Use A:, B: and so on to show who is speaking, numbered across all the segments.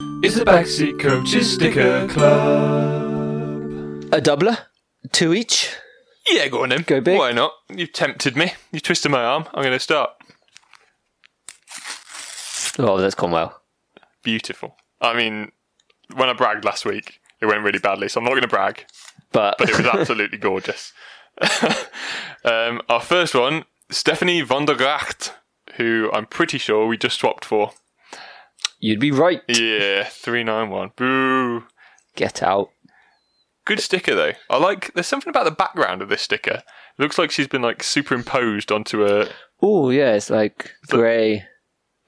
A: It's the Backseat Coaches Sticker Club.
B: A doubler, two each.
A: Yeah, go on then.
B: Go big.
A: Why not? You've tempted me. You twisted my arm. I'm going to start.
B: Oh, that's gone well.
A: Beautiful. I mean, when I bragged last week, it went really badly, so I'm not going to brag,
B: But,
A: but it was absolutely gorgeous. um, our first one, Stephanie von der Gracht, who I'm pretty sure we just swapped for.
B: you'd be right.
A: Yeah, 391. Boo.
B: Get out.
A: Good sticker though. I like. There's something about the background of this sticker. It looks like she's been like superimposed onto a.
B: Oh yeah, it's like grey.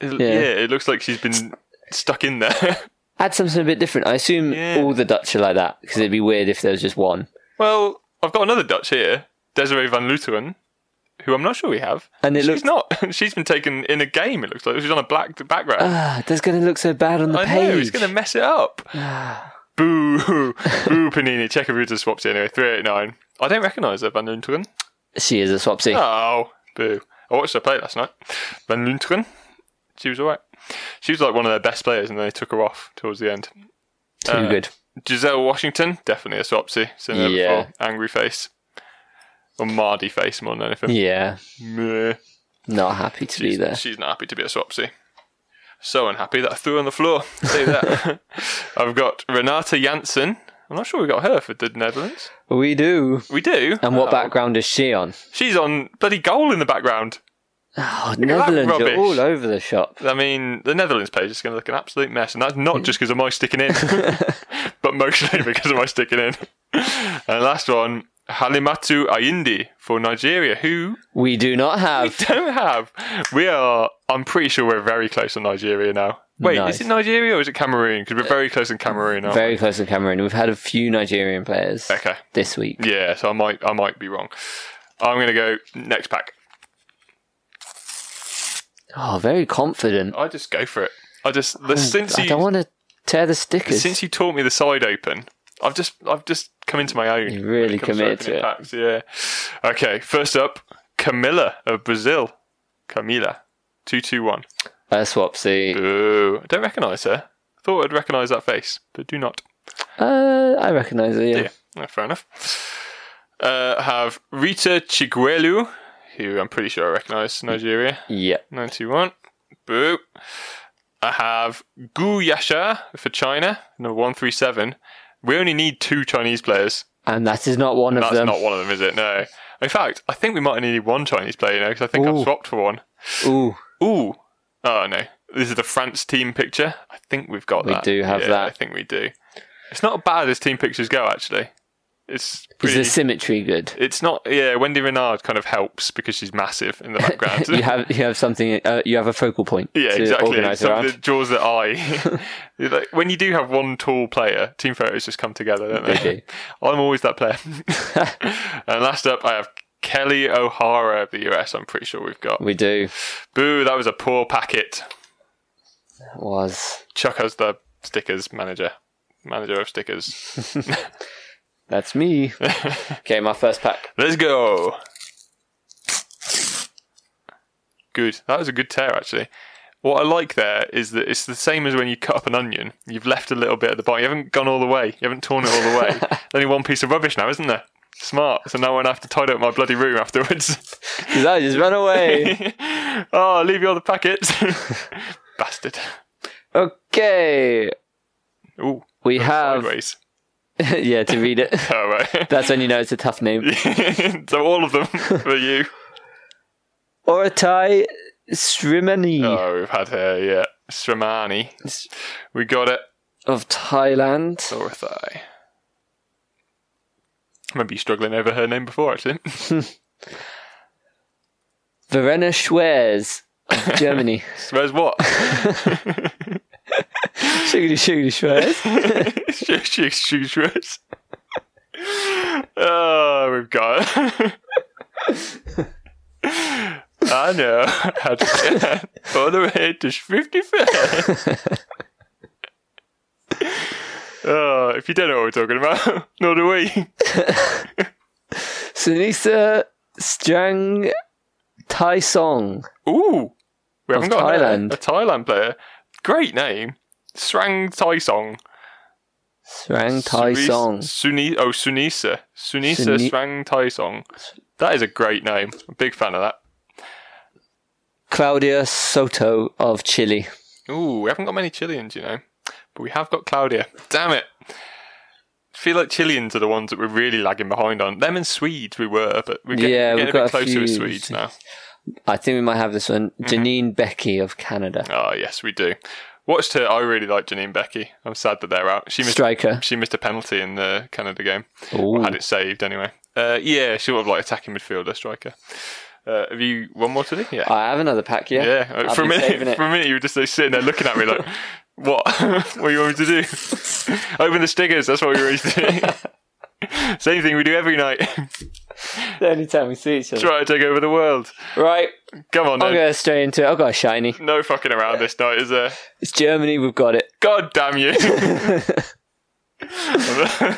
A: Yeah.
B: Yeah.
A: it looks like she's been stuck in there.
B: Add something a bit different. I assume
A: Yeah.
B: all the Dutch are like that because it'd be weird if there was just one.
A: well, I've got another Dutch here, Desiree van Luteren, who I'm not sure we have.
B: And it
A: she's
B: looks-
A: not. she's been taken in a game. It looks like she's on a black background.
B: Ah, that's going to look so bad on Oh, the
A: I
B: page. Ah.
A: know it's going to mess it up. Boo, boo, Panini. Checkerboot has swapped it anyway. Three eight nine. I don't recognise her, Van Lunteren.
B: She is a swapsy.
A: Oh, boo. I watched her play last night. Van Lunteren. She was alright. She was like one of their best players, and then they took her off towards the end.
B: Too
A: uh,
B: good.
A: Giselle Washington, definitely a swapsy. Seen her
B: Yeah.
A: before. Angry face. Or Mardy face more than anything.
B: Yeah,
A: Meh.
B: not happy to be
A: She's,
B: there.
A: she's not happy to be a swapsy. So unhappy that I threw her on the floor. Say that. I've got Renata Janssen. I'm not sure we got her for the Netherlands.
B: We do.
A: We do.
B: And what
A: Oh.
B: background is she on?
A: She's on bloody goal in the background.
B: Oh, Netherlands are
A: rubbish.
B: all over the shop.
A: I mean, the Netherlands page is going to look an absolute mess, and that's not just because of my sticking in, but mostly because of my sticking in. And last one, Halimatu Ayindi for Nigeria, who
B: We do not
A: we
B: have.
A: don't have. We are, I'm pretty sure we're very close on Nigeria now. Wait,
B: Nice.
A: is it Nigeria or is it Cameroon? Because we're very close in Cameroon now.
B: Very close to Cameroon. We've had a few Nigerian players
A: Okay.
B: this week.
A: Yeah, so I might, I might be wrong. I'm going to go next pack.
B: Oh, very confident.
A: I just go for it. I just the, since
B: I
A: you
B: don't want to tear the stickers.
A: since you taught me the side open, I've just I've just come into my own.
B: You
A: when
B: really
A: it comes
B: committed to
A: opening
B: it.
A: Packs, yeah. Okay, first up, Camilla of Brazil. Camila, two two one.
B: A
A: Mm.
B: swapsy.
A: Ooh, I don't recognise her. Thought I'd recognise that face, but do not.
B: Uh, I recognise it. Yeah.
A: Yeah, no, fair enough. Uh, have Rita Chiguelu, who I'm pretty sure I recognise, Nigeria,
B: yeah.
A: ninety one. Boo. I have Gu Yasha for China, number one three seven. We only need two Chinese players.
B: And that is not one of
A: That's
B: them.
A: not one of them, is it? No. In fact, I think we might have needed one Chinese player now because I think
B: Ooh.
A: I've swapped for one.
B: Ooh,
A: Ooh. Oh no. This is the France team picture. I think we've got
B: We
A: that.
B: do have
A: Yeah,
B: that.
A: I think we do. It's not bad as team pictures go, actually. It's
B: is
A: pretty.
B: the symmetry good?
A: It's not. Yeah, Wendy Renard kind of helps because she's massive in the background.
B: you have you have something. Uh, you have a focal point
A: yeah,
B: to
A: exactly.
B: organise
A: Something
B: around.
A: that draws the eye. You're like, when you do have one tall player, team photos just come together, don't they?
B: They do.
A: I'm always that player. and last up, I have Kelly O'Hara of the US. I'm pretty sure we've got.
B: We do.
A: Boo, that was a poor packet.
B: That was
A: Chuck us the stickers manager. Manager of stickers.
B: that's me. okay, my first pack.
A: Let's go. Good. That was a good tear, actually. What I like there is that it's the same as when you cut up an onion. You've left a little bit at the bottom. You haven't gone all the way. You haven't torn it all the way. There's only one piece of rubbish now, isn't there? Smart. So now I won't have to tidy up my bloody room afterwards.
B: Did I just run away?
A: oh, leave you all the packets. Bastard.
B: okay,
A: Ooh,
B: we have.
A: sideways.
B: yeah, to read it.
A: Oh, right.
B: That's when you know it's a tough name.
A: so all of them for you.
B: Oratai Srimani
A: Oh, we've had her, yeah. Sramani. We got it.
B: of Thailand.
A: Dorothy. Remember you struggling over her name before, actually.
B: Verena Schwers of Germany.
A: Where's what?
B: Sugary Sugary Schwers.
A: she, she, she, she was. Oh, we've got it. I know how to get all the way to 55. oh, if you don't know what we're talking about, nor do we.
B: Sunisa Strang Thai Song.
A: Ooh, we haven't got a-
B: Thailand.
A: A, Thailand player. Great name. Srang Tai Song.
B: Srang Tai
A: Sunis-
B: Song.
A: Suni, oh, Sunisa. Sunisa
B: Suni-
A: Srang Tai Song. That is a great name. I'm a big fan of that.
B: Claudia Soto of Chile.
A: Ooh, we haven't got many Chileans, you know. But we have got Claudia. Damn it. feel like Chileans are the ones that we're really lagging behind on. Them and Swedes we were, but we're getting,
B: Yeah,
A: getting
B: we've
A: a bit
B: got a
A: closer with
B: few
A: Swedes now.
B: I think we might have this one.
A: Mm-hmm.
B: Janine Becky of Canada.
A: Oh, yes, we do. Watched her. I really like Janine Becky. I'm sad that they're out. She missed,
B: Striker.
A: she missed a penalty in the Canada game.
B: Ooh.
A: Had it saved anyway. Uh, yeah, sort of like attacking midfielder, striker. Uh, have you one more today? Yeah.
B: I have another pack, yeah.
A: Yeah,
B: I've
A: for a
B: been saving
A: minute,
B: it.
A: for a minute, you were just like, sitting there looking at me like, "What? what do you want me to do? Open the stickers." That's what we were doing. Same thing we do every night.
B: The only time we see each other.
A: Try to take over the world.
B: Right,
A: Come on,
B: I'll
A: then.
B: go straight into it. I've got a shiny.
A: no fucking around this night, is there?
B: It's Germany, we've got it.
A: God damn you!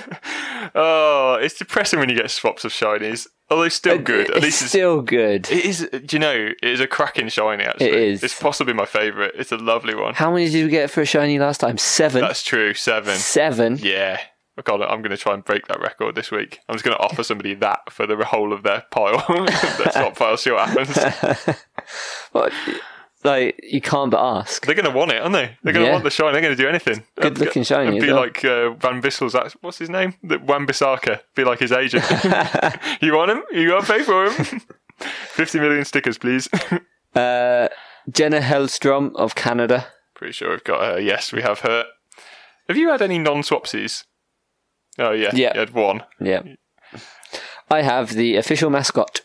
A: oh, it's depressing when you get swaps of shinies. Although still good. At
B: It's
A: least it's
B: still good.
A: It is. Do you know? It is a cracking shiny. Actually,
B: It is.
A: It's possibly my favourite. It's a lovely one.
B: How many did we get for a shiny last time? Seven.
A: That's true. Seven.
B: Seven.
A: Yeah. I got it. I'm going to try and break that record this week. I'm just going to offer somebody that for the whole of their pile, their top pile. See what happens.
B: What? Like you can't but ask.
A: They're going to want it, aren't they? They're going to
B: Yeah.
A: want the shine. They're going to do anything.
B: Good looking shiny
A: And
B: as
A: be
B: well.
A: like uh, Van Bissel's. act- What's his name? The- Wan Bissaka. Be like his agent. you want him? You got to pay for him. Fifty million stickers, please.
B: Uh, Jenna Hellstrom of Canada.
A: Pretty sure we've got her. Yes, we have her. Have you had any non-swapsies? Oh yeah,
B: Yeah.
A: You had one.
B: Yeah. I have the official mascot.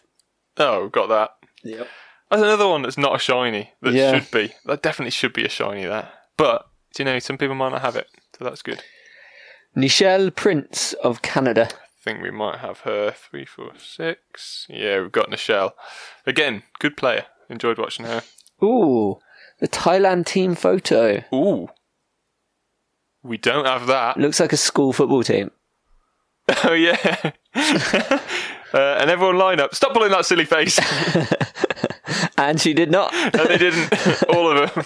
A: Oh, got that.
B: Yep.
A: That's another one that's not a shiny. That
B: Yeah.
A: should be. That definitely should be a shiny. That. But do you know some people might not have it, so that's good.
B: Nichelle Prince of Canada.
A: I think we might have her three, four, six. Yeah, we've got Nichelle. Again, good player. Enjoyed watching her.
B: Ooh, the Thailand team photo.
A: Ooh. We don't have that.
B: Looks like a school football team.
A: Oh yeah. uh, and everyone line up. Stop pulling that silly face.
B: And she did not.
A: No, they didn't. all of them.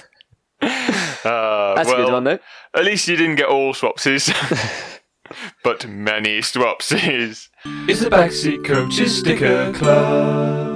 A: Uh,
B: That's
A: well,
B: a good one, though.
A: At least you didn't get all swapsies. but many swapsies. It's the Backseat Coaches Sticker Club.